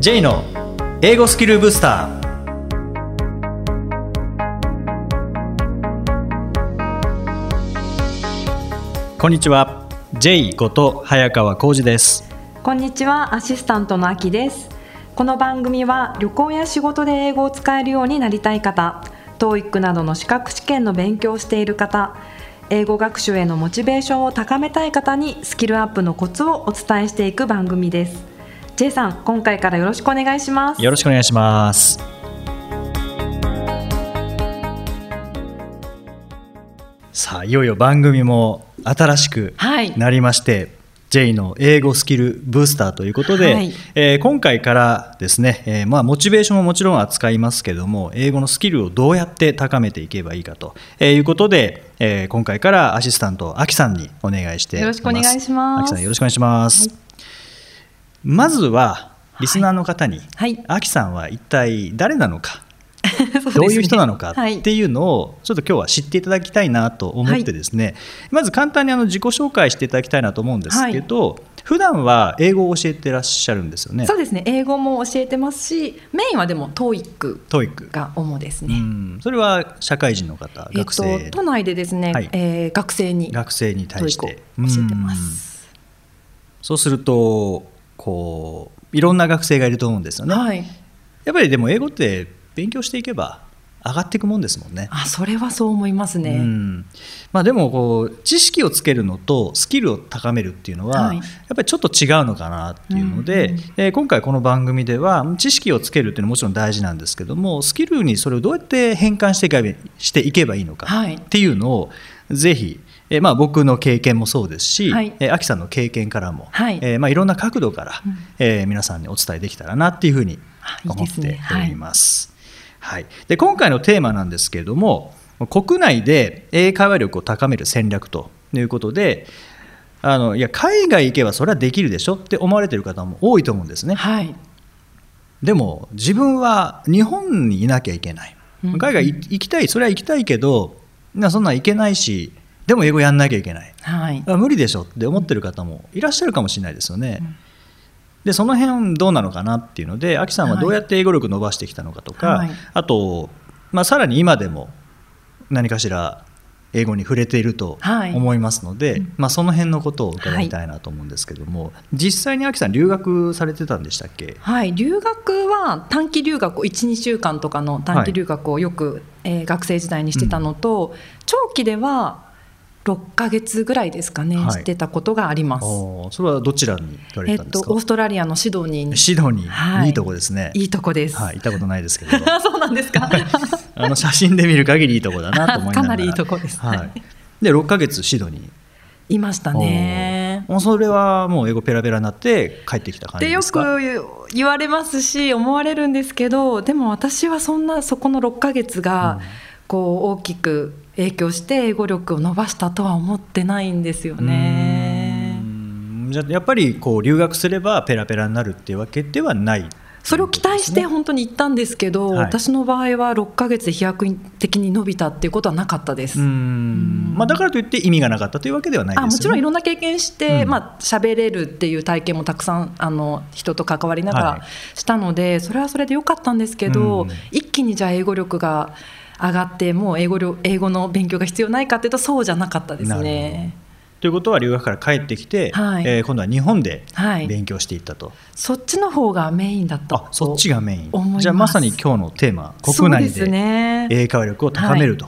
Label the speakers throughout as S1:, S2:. S1: J の英語スキルブースターこんにちは J こと早川浩二です
S2: こんにちは、アシスタントのあきです。この番組は旅行や仕事で英語を使えるようになりたい方、TOEIC などの資格試験の勉強をしている方、英語学習へのモチベーションを高めたい方にスキルアップのコツをお伝えしていく番組です。J さん、今回からよろしくお願いします。
S1: よろしくお願いしますさあいよいよ番組も新しく
S2: はい
S1: なりまして、J の英語スキルブースターということで、
S2: はい
S1: えー今回からですね、えーまあ、モチベーションももちろん扱いますけども英語のスキルをどうやって高めていけばいいかと、えーいうことで、えー今回からアシスタントあきさんにお願いしています
S2: よろしくお願いします
S1: あきさんよろしくお願いします、まずはリスナーの方に、
S2: はい
S1: あきさんは一体誰なのか
S2: そですね
S1: どういう人なのか
S2: は
S1: っていうのをちょっと今日は知っていただきたいなと思ってですね、まず簡単にあの自己紹介していただきたいなと思うんですけど、普段は英語を教えてらっしゃるんですよね
S2: そうですね、英語も教えてますし、メインはでも TOEIC
S1: トイック、
S2: が主です
S1: う
S2: ね。
S1: ん、それは社会人の方
S2: えっ
S1: 学生、
S2: と、都内でですね、
S1: はい
S2: えー学生に
S1: 学生に対して
S2: TOEIC を教えてま
S1: うん
S2: す。
S1: そうするとこういろんな学生がいると思うんですよね、
S2: はい、
S1: やっぱりでも英語って勉強していけば上がっていくもんですもんね
S2: あそれはそう思いますね。
S1: うんまあ、でもこう知識をつけるのとスキルを高めるっていうのは、
S2: はい
S1: やっぱりちょっと違うのかなっていうので、
S2: うんうん
S1: えー今回この番組では知識をつけるっていうのはもちろん大事なんですけどもスキルにそれをどうやって変換していけばしていけばいいのか
S2: はい
S1: っていうのをぜひ、えーまあ、僕の経験もそうですし、
S2: はい
S1: えーアキさんの経験からも、
S2: はい
S1: えーまあ、いろんな角度から、
S2: うん
S1: えー皆さんにお伝えできたらなっていうふうに
S2: あい
S1: 思
S2: い
S1: っ
S2: です
S1: ており
S2: ね
S1: ます。ます。はい、で今回のテーマなんですけれども国内で英会話力を高める戦略ということであのいや海外行けばそれはできるでしょって思われてる方も多いと思うんですね
S2: はい、
S1: でも自分は日本にいなきゃいけない
S2: うん
S1: 海外い行きたいそれは行きたいけどなそんなん行けないしでも英語やんなきゃいけない
S2: はい、
S1: あ無理でしょって思ってる方もいらっしゃるかもしれないですよね。でその辺どうなのかなっていうのでアキさんは
S2: はい
S1: どうやって英語力伸ばしてきたのかとか、
S2: はい
S1: あと、まあ、さらに今でも何かしら英語に触れていると
S2: はい
S1: 思いますので、
S2: うん
S1: まあ、その辺のことを伺いたいなと思うんですけども、実際にアキさん留学されてたんでしたっけ
S2: はい、留学は短期留学を12週間とかの短期留学をよく、えー学生時代にしてたのと、長期では6ヶ月ぐらいですかね、
S1: はい
S2: してたことがあります。
S1: おーそれはどちらに行か
S2: え
S1: れ
S2: った
S1: んで
S2: と
S1: すか、
S2: オーストラリアのシドニーに
S1: シドニー、、
S2: はいい
S1: いとこですね
S2: いいとこです。
S1: はい、行ったことないですけど
S2: そうなんですか。
S1: あの写真で見る限りいいとこだなと思いながら
S2: かなりいいとこです
S1: は
S2: はいい、
S1: で6ヶ月シドニー
S2: いましたね。
S1: おーもうそれはもう英語ペラペラになって帰ってきた
S2: っ
S1: 感じ
S2: て
S1: で
S2: よ
S1: すか
S2: く言う言われますし思われるんですけどでも私はそんなそこの6ヶ月が
S1: うん
S2: こう大きく影響して英語力を伸ばしたとは思ってないんですよ
S1: うー
S2: ね。
S1: んじゃあやっぱりこう留学すればペラペラになるっていうわけではない
S2: それを期待して本当に行ったんですけど、
S1: はい
S2: 私の場合は6ヶ月で飛躍的に伸びたっていうことはなかったです。
S1: うーん、まあ、だからといって意味がなかったというわけではないですよ
S2: あ
S1: ね
S2: もちろんいろんな経験して、
S1: うん
S2: まあ喋れるっていう体験もたくさんあの人と関わりなが
S1: はい
S2: らしたので、それはそれで良かったんですけど、
S1: うん
S2: 一気にじゃあ英語力が上がってもう英語力英語の勉強が必要ないかっていうとそうじゃなかったです
S1: なる
S2: ね。
S1: ということは留学から帰ってきて、
S2: はい
S1: えー今度は日本で
S2: はい
S1: 勉強していったと、
S2: そっちの方がメインだった
S1: あそっちがメイン
S2: 思います
S1: じゃあまさに今日のテーマ国
S2: そう
S1: 内
S2: です
S1: で
S2: ね。
S1: 英会話力を高めると、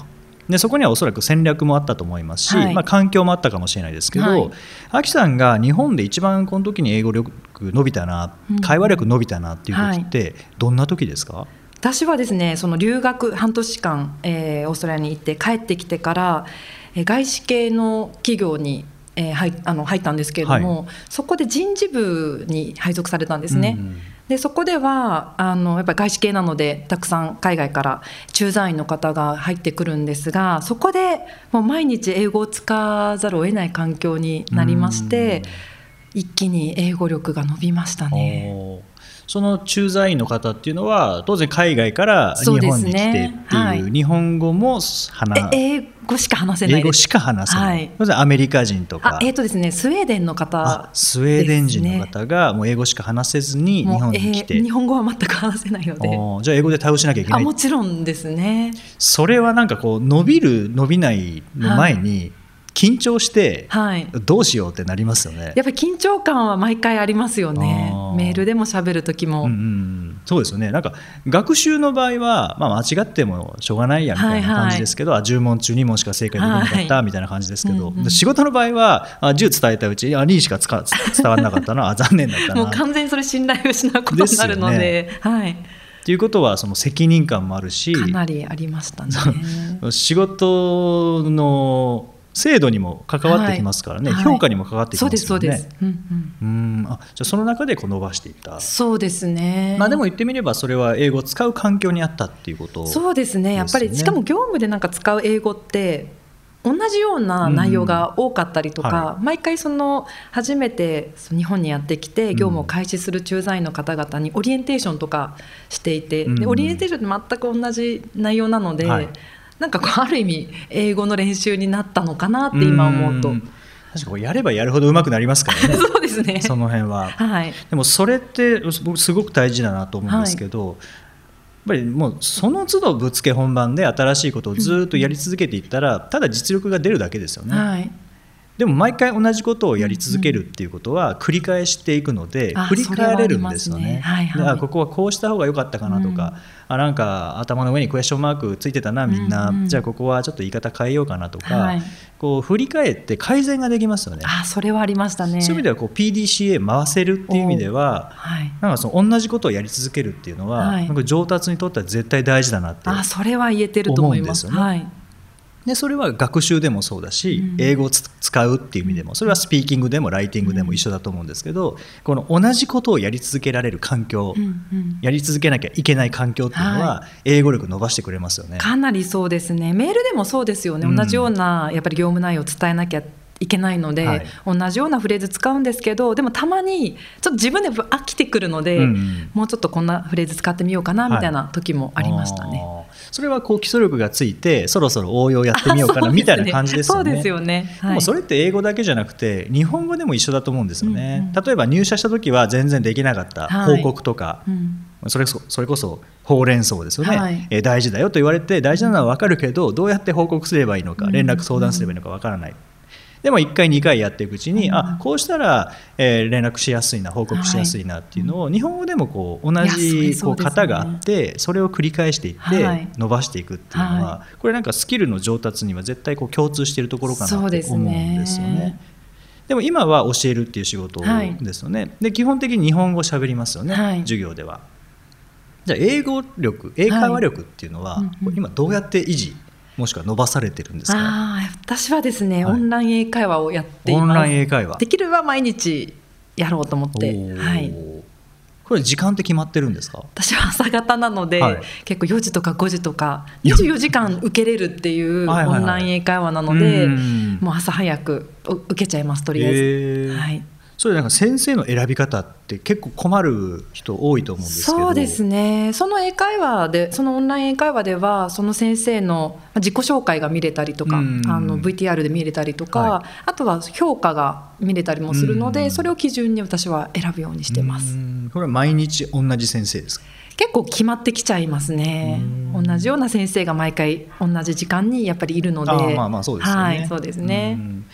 S1: でそこにはおそらく戦略もあったと思いますし、
S2: はい
S1: まあ、環境もあったかもしれないですけど、
S2: はい
S1: アキさんが日本で一番この時に英語力伸びたな、
S2: うん
S1: 会話力伸びたなっていう時ってどんな時ですか、
S2: 私はですねその留学半年間、えーオーストラリアに行って帰ってきてから、えー外資系の企業に、えーはい、あの入ったんですけれども、そこで人事部に配属されたんですね。
S1: うん
S2: でそこではあのやっぱり外資系なのでたくさん海外から駐在員の方が入ってくるんですがそこでもう毎日英語を使わざるを得ない環境になりまして、一気に英語力が伸びましたね。
S1: おーその駐在員の方っていうのは当然海外から日
S2: そうで
S1: 本
S2: す
S1: に来て
S2: ね
S1: っていう
S2: はい
S1: 日本語も話
S2: え英語しか話せない
S1: 英
S2: で
S1: 語
S2: す
S1: しか話せない、
S2: はい
S1: 当然アメリカ人と
S2: あ
S1: か
S2: えっ、とですねスウェーデンの
S1: あ
S2: 方
S1: スウェーデン人の方がもう英語しか話せずに日
S2: も
S1: 本
S2: う
S1: に来て、
S2: えー日本語は全く話せないので
S1: おーじゃあ英語で対応しなきゃいけ
S2: あ
S1: ない
S2: もちろんですね
S1: それはなんかこう伸びる伸びないの前に緊張して
S2: はい
S1: どうしようってなりますよね。
S2: やっぱり緊張感は毎回ありますよね
S1: あー
S2: メールでも喋る時も、
S1: うんうんうん、そうですよねなんか学習の場合は、まあ、間違ってもしょうがないやみたいな感じですけど、あ10問中2問しか正解できなかっ
S2: は
S1: た
S2: い
S1: みたいな感じですけど、
S2: うんうん
S1: で仕事の場合はあ10伝えたうちあ2しかつか伝わらなかったなあ残念だった
S2: もう
S1: なっ
S2: 完全にそれ信頼を失うことになるのではい、
S1: ていうことはその責任感もあるし
S2: かなりありましたね。
S1: 仕事の制度にも関わってきますからね、
S2: はい
S1: 評価にも関わってき
S2: そう
S1: ま
S2: です
S1: す
S2: そ
S1: よ
S2: う
S1: ね。
S2: です、うんうん、
S1: うんあじゃあその中でこう伸ばしていった、
S2: そうですね。
S1: まあ、でも言ってみればそれは英語を使う環境にあったっていうこと
S2: そうですねやっぱ
S1: で
S2: り、
S1: すね
S2: しかも業務でなんか使う英語って同じような内容が多かったりと
S1: うん
S2: か、毎回その初めてその日本にやってきて業務を開始する駐在員の方々にオリエンテーションとかしていて、
S1: うん
S2: でオリエンテーションって全く同じ内容なので、
S1: はい
S2: なんかこうある意味英語の練習になったのかなって今思うと、
S1: ん確かこうやればやるほど上手くなりますからね
S2: そうですね。
S1: その辺は
S2: はい
S1: でもそれって僕すごく大事だなと思うんですけど、やっぱりもうその都度ぶっつけ本番で新しいことをずっとやり続けていったら、ただ実力が出るだけですよね、
S2: はい、
S1: でも毎回同じことをやり続けるっていうことは繰り返していくので、
S2: あ
S1: 振り返れるんですよね。
S2: それはありますねはいはい
S1: であここはこうした方が良かったかなとか、あなんか頭の上にクエスチョンマークついてたなみんな、
S2: うんうん
S1: じゃあここはちょっと言い方変えようかなとか、
S2: はい
S1: こう振り返って改善ができますよね。
S2: あそれはありましたね。
S1: そういう意味ではこう PDCA 回せるっていう意味では
S2: はい、
S1: なんかその同じことをやり続けるっていうのは、
S2: はい
S1: なんか上達にとっては絶対大事だなって
S2: あそれは言えてると思います。
S1: 思うん
S2: はい、
S1: でそれは学習でもそうだし、
S2: うん
S1: 英語をつ使うっていう意味でもそれはスピーキングでもライティングでも一緒だと思うんですけど、この同じことをやり続けられる環境、
S2: うんうん、
S1: やり続けなきゃいけない環境っていうのは、
S2: は
S1: 英語力伸ばしてくれますよね。
S2: かなりそうですね。メールでもそうですよね。
S1: うん
S2: 同じようなやっぱり業務内容を伝えなきゃ。いけないので、
S1: はい
S2: 同じようなフレーズ使うんですけどでもたまにちょっと自分で飽きてくるので、
S1: うん
S2: もうちょっとこんなフレーズ使ってみようかな
S1: はい
S2: みたいな時もありましたね。
S1: あーそれはこう基礎力がついてそろそろ応用やってみよう かなみたいな感じですよね。
S2: そうですよね。
S1: でもそ
S2: れ
S1: れって英語だけじゃなくて日本語でも一緒だと思うんですよね、
S2: うんう
S1: 例えば入社した時は全然できなかった
S2: はい
S1: 報告とか、
S2: うん、
S1: それこそそれこそほうれん草ですよね、
S2: はい
S1: えー大事だよと言われて大事なのは分かるけどどうやって報告すればいいのか
S2: うん
S1: 連絡相談すればいいのか分からない。でも1回2回やっていくうちに、
S2: うん
S1: あこうしたら、えー連絡しやすいな報告しやすいなっていうのを、日本語でもこう同
S2: いやそれ
S1: じ
S2: そ
S1: こ
S2: う
S1: う
S2: ですね
S1: 型があってそれを繰り返していって、
S2: はい
S1: 伸ばしていくっていうのは、
S2: は
S1: これなんかスキルの上達には絶対こう共通しているところかなって思うんですよ
S2: そうです
S1: ね
S2: ね。
S1: でも今は教えるっていう仕事
S2: はい
S1: ですよね、で基本的に日本語喋りますよね、
S2: はい
S1: 授業ではじゃあ英語力英会話力っていうのは、
S2: はいうんうん
S1: 今どうやって維持もしくは伸ばされてるんですか
S2: あー私はですね、
S1: はい
S2: オンライン英会話をやってい
S1: オ
S2: ます。
S1: ンライン英会話
S2: できれば毎日やろうと思っ
S1: お
S2: て、
S1: ー
S2: はい、
S1: これ時間って決まってるんですか
S2: 私は朝方なので、
S1: はい
S2: 結構4時とか5時とか24時間受けれるっていう
S1: はいはい
S2: オ
S1: はい
S2: ンライン英会話なので、
S1: うん
S2: もう朝早くお受けちゃいますとりあえず、
S1: えー
S2: はい、
S1: それなんか先生の選び方って結構困る人多いと思うんですけど
S2: そうです
S1: ね
S2: ねその英会話でそのオンライン英会話ではその先生のまあ自己紹介が見れたりとか、
S1: うん
S2: あの VTR で見れたりとか、
S1: は
S2: あとは評価が見れたりもするので、
S1: うん
S2: それを基準に私は選ぶようにしてます。
S1: これは毎日同じ先生ですか
S2: 結構決まってきちゃいますね
S1: うん
S2: 同じような先生が毎回同じ時間にやっぱりいるので
S1: あーまあまあそうですよね。
S2: はい、そうですね
S1: うん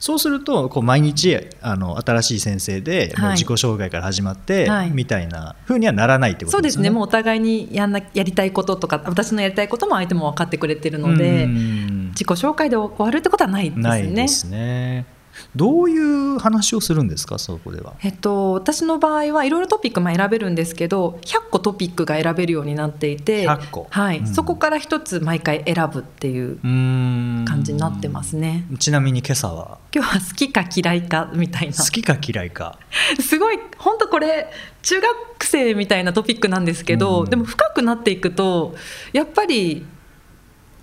S1: そうするとこう毎日あの新しい先生でもう
S2: はい
S1: 自己紹介から始まって、
S2: はい
S1: みたいな風にはならないってこ
S2: そ
S1: と
S2: う
S1: で
S2: ですす
S1: よね。
S2: ねもうお互いにやんなやりたいこととか私のやりたいことも相手も分かってくれてるので、
S1: うん
S2: 自己紹介で終わるってことはないですね。
S1: ないですね。どういう話をするんですかそこでは。
S2: えっと、私の場合はいろいろトピックまあ選べるんですけど100個トピックが選べるようになっていて、
S1: 100個
S2: はい
S1: うん
S2: そこから一つ毎回選ぶっていう
S1: 感
S2: 感じになってます
S1: ね。
S2: ね。
S1: ちなみに今朝は
S2: 今日は好きか嫌いかみたいな
S1: 好きか嫌いか。
S2: すごい本当これ中学生みたいなトピックなんですけど、
S1: うん
S2: でも深くなっていくとやっぱり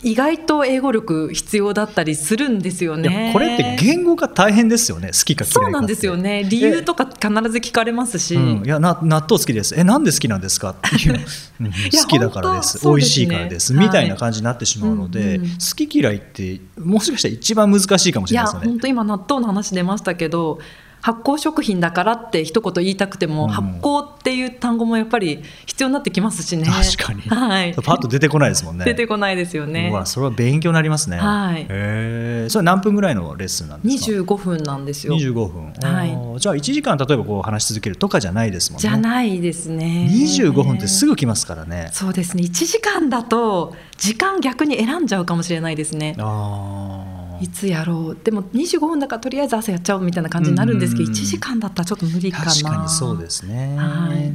S2: 意外と英語力必要だったりするんですよ
S1: いや
S2: ね。
S1: これって言語が大変ですよね好きか嫌いかって
S2: そうなんですよね。理由とか必ず聞かれますし、
S1: うん、いやな納豆好きですえなんで好きなんですかって いううんうん
S2: や
S1: 好きだからです
S2: 本当そ
S1: 美
S2: うで
S1: 味
S2: す
S1: し
S2: ね
S1: いからです、みたいな感じになってしまうので、
S2: はいうんうん
S1: 好き嫌いってもしかしたら一番難しいかもしれ
S2: いや
S1: ないですよ
S2: 本
S1: ね
S2: 当今納豆の話出ましたけど発酵食品だからって一言言いたくても、
S1: うん
S2: 発酵っていう単語もやっぱり必要になってきますしね
S1: 確かに
S2: は い
S1: パッと出てこないですもんね
S2: 出てこないですよね
S1: うわそれは勉強になりますね
S2: はい
S1: へえそれ何分ぐらいのレッスンなんですか
S2: 25分なんですよ
S1: 25分、
S2: はい
S1: おーじゃあ1時間例えばこう話し続けるとかじゃないですもんね
S2: じゃないですね
S1: 25分ってすぐ来ますからね、
S2: そうですね1時間だと時間逆に選んじゃうかもしれないですね
S1: ああ
S2: いつやろうでも25分だからとりあえず朝やっちゃおうみたいな感じになるんですけ
S1: うん
S2: ど1時間だったらちょっと無理かな
S1: 確かにそうですね、
S2: はい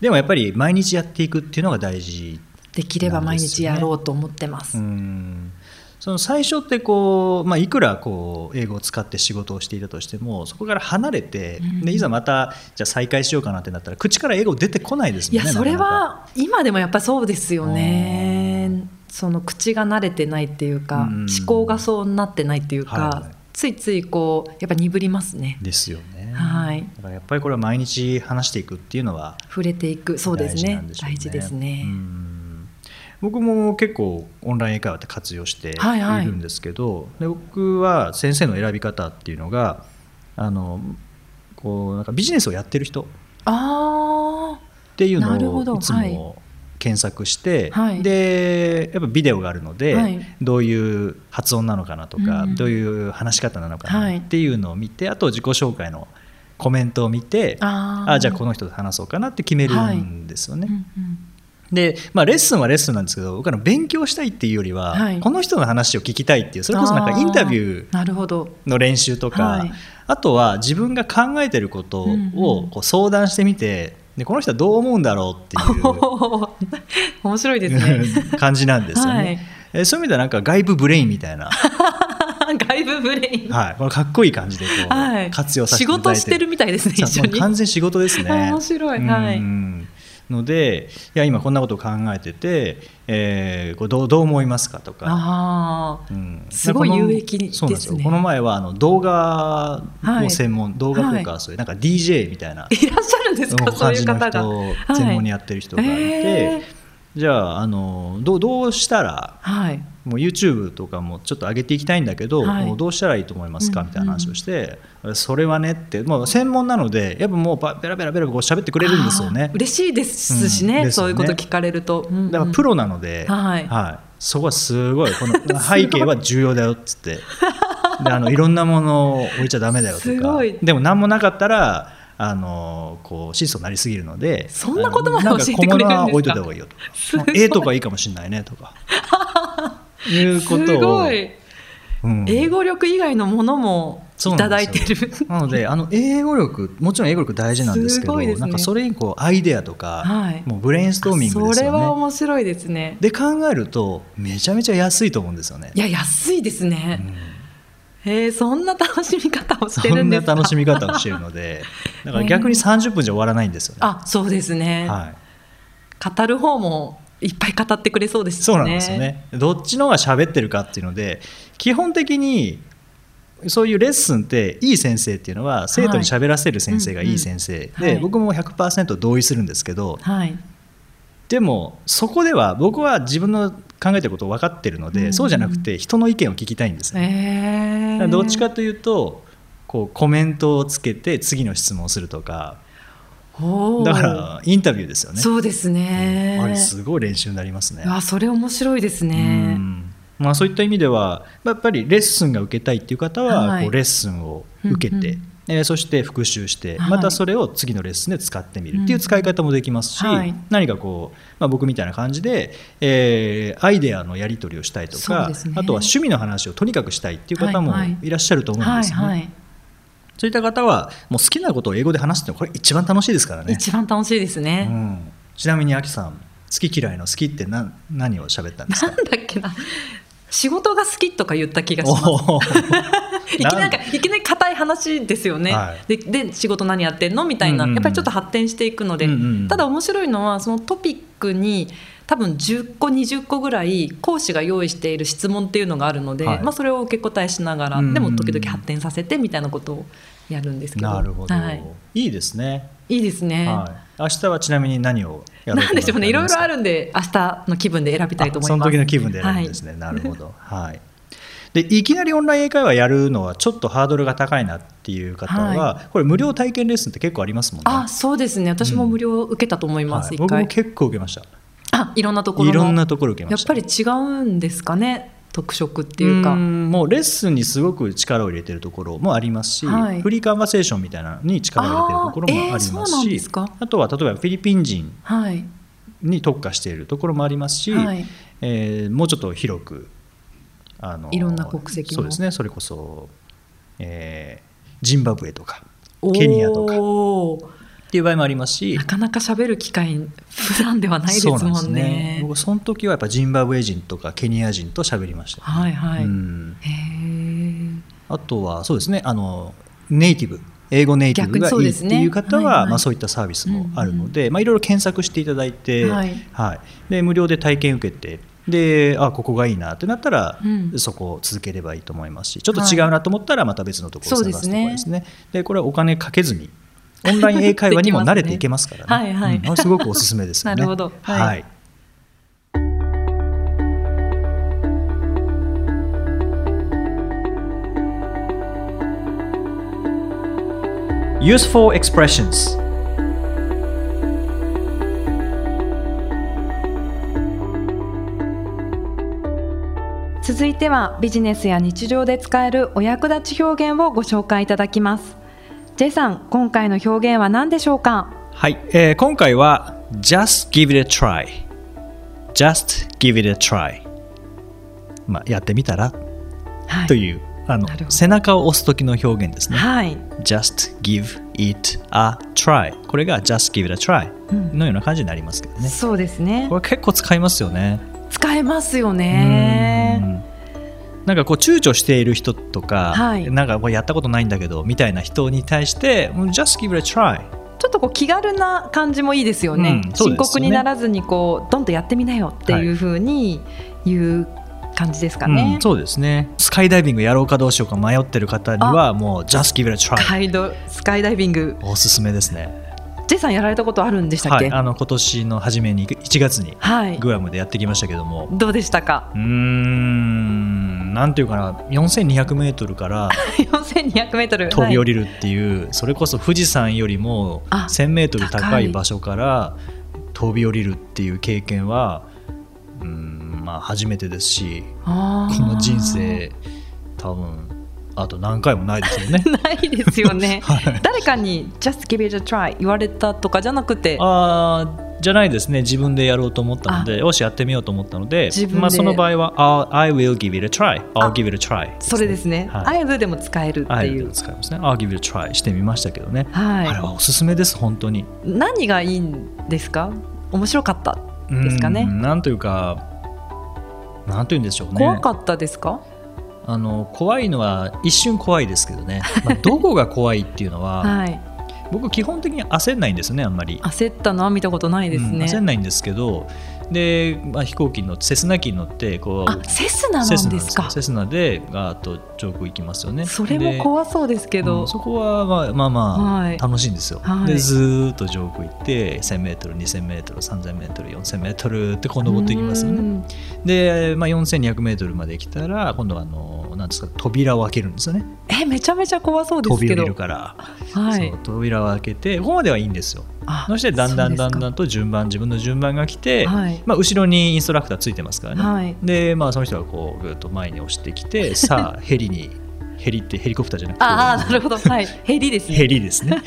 S1: でもやっぱり毎日やっていくっていうのが大事
S2: できれば毎日やろうと思ってます
S1: うんその最初ってこう、まあ、いくらこう英語を使って仕事をしていたとしてもそこから離れて、
S2: うん
S1: でいざまたじゃあ再開しようかなってなったら口から英語出てこないですもん
S2: い
S1: ね。
S2: やそれ
S1: なかなか
S2: は今でもやっぱそうですよねその口が慣れてないっていうか
S1: うん
S2: 思考がそうなってないっていうか、
S1: はい
S2: ついついこうやっぱ鈍りますね
S1: ですよね、
S2: はい
S1: だからやっぱりこれは毎日話していくっていうのは
S2: 触れていくそうですね大事ですね
S1: う、ん僕も結構オンライン英会話って活用してい
S2: はいはい
S1: るんですけど、で僕は先生の選び方っていうのがあのこうなんかビジネスをやってる人
S2: あ
S1: っていう
S2: なるほ
S1: の
S2: ど
S1: をいつも検索して、
S2: はい
S1: でやっぱビデオがあるので、
S2: はい
S1: どういう発音なのかなとか、
S2: うん
S1: どういう話し方なのか
S2: は
S1: ないっていうのを見て、あと自己紹介のコメントを見て
S2: ーあー
S1: あじゃあこの人と話そうかなって決めるんですよね。
S2: うんうん
S1: で、まあ、レッスンはレッスンなんですけど僕ら勉強したいっていうよりは、
S2: はい
S1: この人の話を聞きたいっていうそれこそなん
S2: あ
S1: か
S2: ー
S1: インタビュー
S2: なるほど
S1: の練習とか、
S2: はい
S1: あとは自分が考えてること
S2: うんう
S1: を
S2: ん
S1: こう相談してみてでこの人はどう思うんだろうって いう
S2: 面白いですね
S1: 感じなんですよね。
S2: はい
S1: えーそういう意味ではなんか外部ブレインみたいな、
S2: 外部ブレイン、
S1: はい、このかっこいい感じでこう、
S2: はい、
S1: 活用させ
S2: 仕
S1: ていただいて
S2: 事してるみたいですね一緒
S1: そうもう
S2: に
S1: 完全に仕事ですね。
S2: 面白いはい
S1: うんのでいや今こんなことを考えてて、えーこれどうどう思いますかとか。
S2: ああ
S1: うん
S2: すごい
S1: この
S2: 有益ですね
S1: そうなんですよこの前はあの動画の専門、動画とか
S2: は
S1: そういうなんか DJ みたいな、
S2: いらっしゃるんです
S1: も
S2: か、
S1: う
S2: そう
S1: 感
S2: い
S1: じ
S2: う
S1: の
S2: 方
S1: 人
S2: が。
S1: を
S2: い
S1: 専門にやってる人がいて、
S2: えー
S1: じゃああのどうどうしたら
S2: はい。
S1: もう YouTube とかもちょっと上げていきたいんだけど、
S2: はい
S1: もうどうしたらいいと思いますか
S2: うん
S1: みたいな話をして、それはねってもう専門なのでやっぱもうばベラベラベラこう喋ってくれるんですよ
S2: あ
S1: ね
S2: ー嬉しいですしね,、
S1: うんですよね
S2: そういうこと聞かれると。うんうん
S1: だからプロなので、
S2: はい
S1: そこはすごいこの 背景は重要だよっつっ てであのいろんなものを置いちゃダメだよと
S2: す
S1: か
S2: ごい
S1: でも何もなかったらあのこう質素になりすぎるので
S2: そんなことまで教えてくれる
S1: あ
S2: んですか
S1: のなんか小物は置いといた方がいいよとか
S2: すごい
S1: 絵とかいいかもしれないねとかいうことを
S2: すごい、
S1: うん
S2: 英語力以外のものも
S1: そう
S2: い
S1: な
S2: た
S1: んで
S2: だ
S1: すよ
S2: いてる。
S1: なのであの英語力もちろん英語力大事なんですけ
S2: す
S1: ど
S2: ごいですね
S1: なんかそれにこうアイデアとか、
S2: はい
S1: もうブレインストーミングで
S2: そ
S1: す
S2: れ
S1: よ
S2: は
S1: ね。
S2: 面白いですね。
S1: で考えるとめちゃめちゃ安いと思うんですよね
S2: い。や安いです
S1: う
S2: ね。
S1: ん
S2: えー、そんな楽しみ方をして
S1: そ
S2: るん
S1: ん
S2: で
S1: な
S2: すか。
S1: 楽しみ方をしてるので だから
S2: ね
S1: 逆に30分じゃ終わらないんですよね。
S2: あそうですね、
S1: はい、
S2: 語る方もいっぱい語ってくれそうですね。
S1: そうなんですよね。どっちの方が喋ってるかっていうので基本的にそういうレッスンっていい先生っていうのは生徒に喋らせる先生がいい先生
S2: うんうん
S1: で
S2: はい
S1: 僕も100%同意するんですけど、
S2: はい。
S1: でもそこでは僕は自分の考えてることを分かってるので、
S2: うん
S1: そうじゃなくて人の意見を聞きたいんですね、
S2: えー、
S1: どっちかというとこうコメントをつけて次の質問をするとか
S2: おー
S1: だからインタビューですよね
S2: そうですね。
S1: あれすごい練習になりますね
S2: あそれ面白いです
S1: う
S2: ね。
S1: んまあ、そういった意味ではまあやっぱりレッスンが受けたいっていう方は、
S2: はい
S1: こうレッスンを受けて、
S2: うんうん
S1: えーそして復習して、
S2: はい
S1: またそれを次のレッスンで使ってみるっていう使い方もできますし、
S2: うんはい
S1: 何かこう、まあ、僕みたいな感じで、えーアイデアのやり取りをしたいと
S2: そう
S1: か、
S2: ですね
S1: あとは趣味の話をとにかくしたいっていう方も
S2: はいはい
S1: いらっしゃると思うん
S2: は
S1: で
S2: い
S1: すよね。
S2: はい。
S1: そういった方はもう好きなことを英語で話すってこれ一番楽しいですからね。
S2: 一番楽しいです
S1: う
S2: ね。
S1: ん、ちなみにあきさん好き嫌いの好きって何何を喋ったんです
S2: な
S1: か
S2: んだっけな。仕事が好きとか言った気がします。
S1: おー
S2: いきなりなんかいきなり硬い話ですよね。
S1: は
S2: でで仕事何やってんのみたいな、
S1: うんうんうん
S2: やっぱりちょっと発展していくので、
S1: うんうん
S2: ただ面白いのはそのトピックに多分10個20個ぐらい講師が用意している質問っていうのがあるので、
S1: はい
S2: まあ、それを受け答えしながら、
S1: うん
S2: でも時々発展させてみたいなことをやるんですけど
S1: なるほど、
S2: はいい、、
S1: いですね、
S2: いいですね。
S1: はい、明日はちなみに何をやろう
S2: なんでしょうねいろいろあ
S1: る
S2: るんで明日の気分で選びたいと思います
S1: その時の気分で選ぶんですね、なるほどはいでいきなりオンライン英会話やるのはちょっとハードルが高いなっていう方は、これ無料体験レッスンって結構ありますもんね
S2: あそうですね私も無料受けたと思います、
S1: はい、
S2: 一
S1: 僕も
S2: 回
S1: 結構受けました
S2: あいろんなところ
S1: い
S2: の
S1: ろんなところ受け
S2: や
S1: ま
S2: っ
S1: した
S2: ぱり違うんですかね特色っていうか
S1: ーんもうレッスンにすごく力を入れてるところもありますし、
S2: はい
S1: フリーカンバセーションみたいなのに力を入れてるところもありますし
S2: あーえーそうなんですか
S1: あとは例えばフィリピン人
S2: はい
S1: に特化しているところもありますし、
S2: はい
S1: えーもうちょっと広くあの
S2: いろんな国籍
S1: そ
S2: の
S1: うですねそれこそ、えージンバブエとか
S2: おー
S1: ケニアとかっていう場合もありますし
S2: なかなか喋る機会普段ではないですもん
S1: そう
S2: ね
S1: なんですね僕その時はやっぱジンバブエ人とかケニア人と喋りました、
S2: はいはい、
S1: うん
S2: へー
S1: あとはそうですねあのネイティブ英語ネイティブが
S2: 逆にそう
S1: いい
S2: で
S1: って
S2: すね
S1: いう方
S2: はい
S1: は
S2: はい
S1: まあそういったサービスもあるのでまあいろいろ検索していただいて、
S2: はい
S1: はいで無料で体験受けてであここがいいなってなったら、
S2: うん
S1: そこを続ければいいと思いますしちょっと違うなと思ったらまた別のところを
S2: そう
S1: 探
S2: です
S1: と
S2: す
S1: かですね,、
S2: ね
S1: でこれはお金かけずにオンライン英会話にも慣れていけますからね
S2: できますねはいはい
S1: うんすごくおすすめですよね。
S2: なるほどはい
S1: はい「Useful Expressions」
S3: 続いてはビジネスや日常で使えるお役立ち表現をご紹介いただきます J さん今回の表現は何でしょうか
S1: はい、えー今回は Just give it a try Just give it a try、まあ、やってみたら、
S3: はい
S1: というあの
S2: なるほど
S1: 背中を押す時の表現ですね
S3: はい、
S1: Just give it a try これが Just give it a try のような感じになりますけどね、
S3: そうですね
S1: これ結構使いますよね
S2: 使えますよ
S1: う
S2: ね
S1: んなんかこう躊躇している人とか、
S2: はい
S1: なんかもうやったことないんだけどみたいな人に対してうん Just give it a try
S2: ちょっとこう気軽な感じもいいですよね,、
S1: うんそうですよね
S2: 深刻にならずにこうどんとやってみなよっていうふうに言う感じですかね、
S1: うん、そうですねスカイダイビングやろうかどうしようか迷ってる方にはもう Just give it a
S2: ガ
S1: try
S2: イドスカイダイビング
S1: おすすめですね
S2: J さんやられたことあるんでしたっ
S1: は
S2: け
S1: い、あの今年の初めに1月に
S2: はい、
S1: グアムでやってきましたけども
S2: どうでしたか
S1: うーんなんていうかな4200メートルから
S2: 4200メートル
S1: 飛び降りるっていう、それこそ富士山よりも
S2: あ
S1: 1000メートル高
S2: 高
S1: い
S2: い
S1: 場所から飛び降りるっていう経験はうーんまあ初めてですし
S2: は
S1: こ
S2: い
S1: の人生多分あと何回もないですよね、
S2: あ。ーないですよ ね
S1: はい
S2: 誰かに「just give it a try」言われたとかじゃなくて
S1: あーじゃないですね自分でやろうと思ったのでよしやってみようと思ったので
S2: 自分で
S1: まあ、その場合は「I'll- I will give it a try」「I'll
S2: あ
S1: give it a try ね」
S2: それですね「
S1: はい
S2: I will」でも使えるって
S1: アイ
S2: い
S1: ドル
S2: う
S1: 使いますね「I'll give it a try」してみましたけどね、
S2: はい、
S1: あれはおすすめです本当に
S2: 何がいいんですか面白かった
S1: うん
S2: ですかね
S1: なんというかなんというんでしょうね
S2: 怖かったですか、
S1: あの怖いのは一瞬怖いですけど ね、まあ、どこが怖いっていうのは、
S2: はい
S1: 僕基本的に焦んないんですよねあんまり
S2: 焦ったのは見たことないです
S1: うん
S2: ね、
S1: 焦んないんですけどで、まあ、飛行機に乗ってセスナ機に乗ってこう
S2: あセスナなんですか
S1: セスナでガーッと上空行きますよね
S2: それも怖そうですけ
S1: い
S2: ど、
S1: そこはまあまあまあ、
S2: はい
S1: 楽しいんですよ、
S2: はい
S1: でずーっと上空行って 1000m2000m3000m4000m ってこう登っていきますよ
S2: う
S1: ね
S2: ん
S1: で、まあ、4200m まで来たら今度はあのなんですか扉を開けるんですよね
S2: えめちゃめちゃ怖そうです
S1: 飛び
S2: け
S1: 降り
S2: ど
S1: るから、
S2: はい
S1: そう扉を開けてここまではいいんですよ
S2: あ
S1: そしてだんだんだんだ
S2: ん
S1: んと順番自分の順番が来て、
S2: はい
S1: まあ、後ろにインストラクターついてますからね、
S2: はい
S1: で、まあ、その人がこうぐっと前に押してき てさあヘリにヘリってヘリコプターじゃなくて
S2: ああなるほどはいヘリですね
S1: ヘリです ね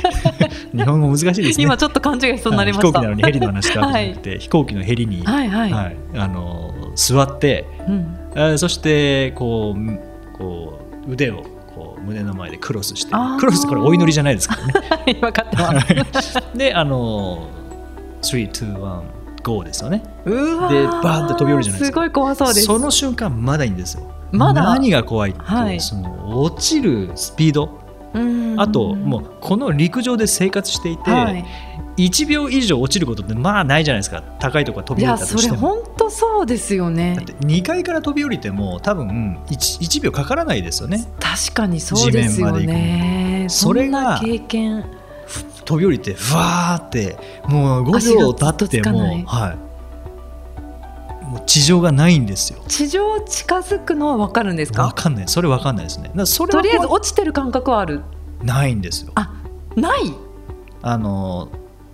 S1: 日本語難しいですね
S2: 今ちょっと勘違いしそうになりま
S1: あの飛行機
S2: した
S1: なのにヘリの話からじゃなくて、飛行機のヘリに、
S2: はいはい、
S1: はいあの座って
S2: うん、
S1: あーそしてこうむこう腕をこう胸の前でクロスして
S2: あー
S1: クロスってこれお祈りじゃないですからね
S2: 分かってます
S1: であの321 GO ですよね
S2: うわ
S1: でバーンって飛び降りるじゃないですか
S2: すごい怖そうです
S1: の瞬間まだいいんですよ
S2: まだ
S1: 何が怖いって、
S2: はい
S1: その落ちるスピード
S2: うん
S1: あともうこの陸上で生活していて、
S2: はい
S1: 1秒以上落ちることってまあないじゃないですか高いところ飛び
S2: い
S1: 降
S2: や
S1: りたと
S2: そ
S1: し
S2: れ
S1: ても。
S2: 本当そうですよね
S1: だって2階から飛び降りても多分 1, 1秒かからないですよね
S2: 確かにそうです
S1: 地面
S2: よ
S1: ま
S2: ね
S1: それが
S2: んな経験
S1: 飛び降りてふわーってもう
S2: 足
S1: 5
S2: が
S1: 秒経っても
S2: ずっとつかない
S1: はい、もう地上がないんですよ
S2: 地上近づくのは分かるんです
S1: わ
S2: か
S1: かんないそれわかんないですねだからそれ
S2: と
S1: は
S2: りあえず落ちてる感覚はある
S1: ないんですよ
S2: ない
S1: あの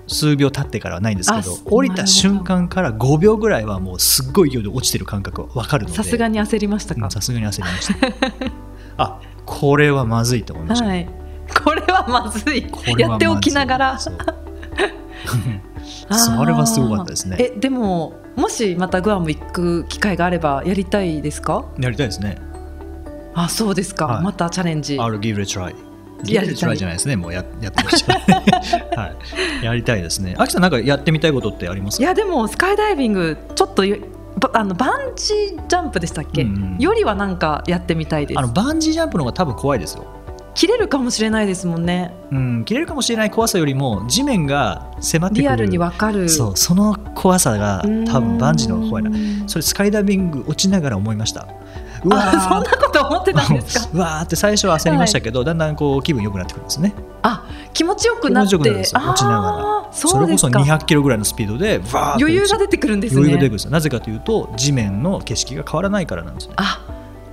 S1: 数秒経ってからはないんですけ
S2: あ
S1: ど
S2: そう
S1: 降りた瞬間から5秒ぐらいはもうすっごい勢いで落ちてる感覚はわかるので
S2: さすがに焦りました
S1: う
S2: か
S1: んさすがに焦りました あこれはまずいと思いました、
S2: はいこれはまずい
S1: これは
S2: や
S1: ま
S2: っ
S1: ずい
S2: ておきながら
S1: そう
S2: あー
S1: それはすごかったですね
S2: えでももしまたグアム行く機会があればやりたいですか
S1: やりたいですね
S2: あそうですか、
S1: はい
S2: またチャレンジ
S1: I'll give it a try
S2: やり
S1: Give
S2: たい
S1: it a try じゃないですねもうややってま した、はい、やりたいですね秋さんなんかやってみたいことってあります
S2: い
S1: か
S2: やでもスカイダイビングちょっとよばあのバンジージャンプでしたっけ、
S1: うんうん
S2: よりはなんかやってみたいです
S1: あのバンジージャンプの方が多分怖いですよ
S2: 切れるかもしれないですもんね
S1: うん切れるかもしれない怖さよりも地面が迫ってくる
S2: リアルにわかる
S1: そうその怖さが多分バンジーの方が怖いな
S2: な
S1: それスカイダイビング落ちながら思いましたうわ
S2: あそん
S1: ー
S2: なこと思ってた んですか
S1: うわーって最初は焦りましたけど、だんだんこう気分良くなってくるんですね
S2: あ気持ちよくなっ
S1: 気
S2: て
S1: 持ちよくなるんですよ落ちながら
S2: あー
S1: そ
S2: そう
S1: れこ
S2: で
S1: そ
S2: すか
S1: 200キロぐらいのスピードでわーって
S2: 余裕が出てくるんですね
S1: 余裕が出てくるんですよなぜかというと地面の景色が変わらないからなんですね
S2: あ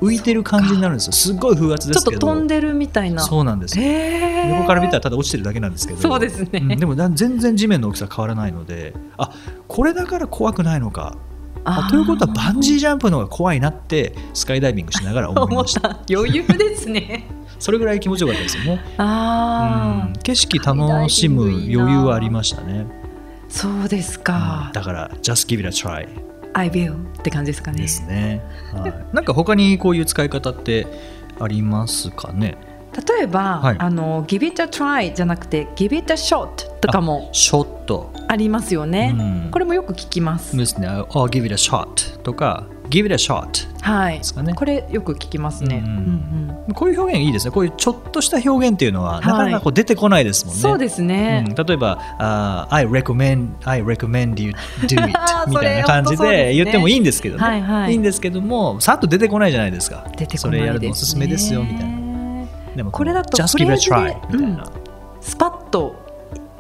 S1: 浮いてる感じになるんですよすっごい風圧
S2: ち
S1: で
S2: ょっ
S1: す
S2: と
S1: けど
S2: 飛んでるみたいな
S1: そうなんですよ
S2: へー
S1: 横から見たらただ落ちてるだけなんですけど
S2: そうですね
S1: んでもな全然地面の大きさ変わらないのであこれだから怖くないのか
S2: あ
S1: あ
S2: ー
S1: ということはバンジージャンプの方が怖いなってスカイダイビングしながら思い
S2: 思
S1: ま
S2: っ
S1: した
S2: た余裕で すね
S1: それぐらい気持ちよかったですよね、うん
S2: ああ、
S1: 景色楽しむ余裕はありましたね
S2: そうです
S1: うん
S2: か、
S1: だから Just give it a try
S2: I will って感じですかね
S1: ですね、はい、なんか他にこういう使い方ってありますかね
S2: 例えば、
S1: はい
S2: あの give it a try じゃなくて give it a shot とかも
S1: ショット、
S2: ありますよね、
S1: うん
S2: これもよく聞きます、
S1: ですねあ I'll give it a shot とか give it a shot
S2: はい
S1: ですかね
S2: これよく聞きますね、
S1: う
S2: うんんうん
S1: こういう表現いいですねこういうちょっとした表現っていうのは
S2: はい
S1: なかなかこう出てこないですもんね、
S2: そうですね、
S1: うん例えば、あー I recommend I recommend you do it
S2: あー
S1: み
S2: そ
S1: たい
S2: れ
S1: な感じ
S2: 本当そうです
S1: で
S2: ね
S1: 言ってもいいんですけどね、
S2: はいはい
S1: いんですけどもさっと出てこないじゃないですか
S2: 出てこ
S1: それ
S2: な
S1: やる
S2: い
S1: の
S2: で
S1: おす
S2: す
S1: す
S2: ね
S1: めですよみたいなでも
S2: これだと
S1: Just give it a
S2: フレ
S1: try
S2: ーズで
S1: みたいな、
S2: スパッと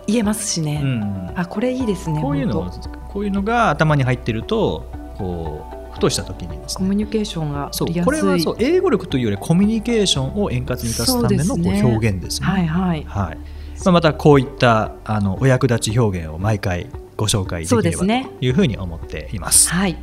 S2: 言えますしね、
S1: うん
S2: あこれいいですね
S1: こういうの
S2: 本
S1: こういうのが頭に入ってるとこうふとした時にで
S2: 当
S1: す
S2: コミ
S1: ね
S2: ュニケーションが
S1: そ
S2: 取り
S1: う
S2: やすい
S1: これはそう英語力というよりコミュニケーションを円滑に生かすための
S2: そう
S1: こ
S2: ですね
S1: う表現ですね。
S2: はいはい
S1: はいまあ、またこういったあのお役立ち表現を毎回ご紹介でき
S2: そう
S1: れ
S2: です
S1: ば
S2: ね
S1: というふうに思っています。
S2: はい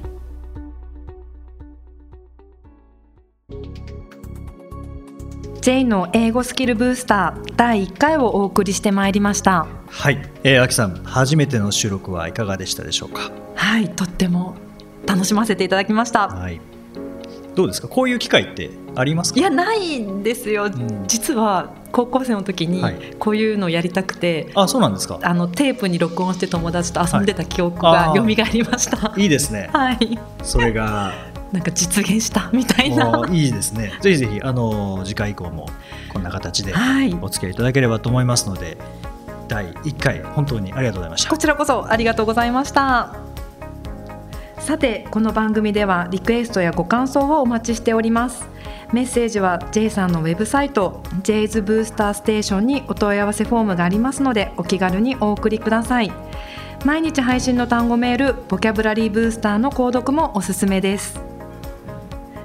S2: 「J の英語スキルブースター」第1回をお送りしてまいりました
S1: はい、えー、秋さん初めての収録はいかがでしたでしょうか。
S2: はいとっても楽しませていただきました
S1: はい、どうですかこういう機会ってありますか
S2: いやないんですよ、
S1: ん
S2: 実は高校生の時に
S1: はい
S2: こういうのやりたくて、
S1: あそうなんですか
S2: あのテープに録音して友達と遊んでた記憶が
S1: は
S2: 蘇
S1: い
S2: りました
S1: いいですね
S2: はい
S1: それが
S2: なんか実現した みたい
S1: も
S2: な
S1: ういいですね。ぜひぜひあの次回以降もこんな形で
S2: はい
S1: お付き合いいただければと思いますので、第1回本当にありがとうございました
S2: こ。ちらこそありがとうございました。さて、この番組ではリクエストやご感想をお待ちしております。メッセージは J さんのウェブサイト J's ブースターステーションにお問い合わせフォームがありますのでお気軽にお送りください。毎日配信の単語メールボキャブラリーブースターの購読もおすすめです。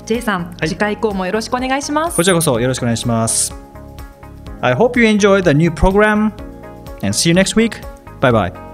S2: J さん、
S1: い
S2: 次回以降もよろしくお願いします
S1: こ。ちらこそよろしくお願いします。I hope you enjoy the new program and see you next week. Bye bye.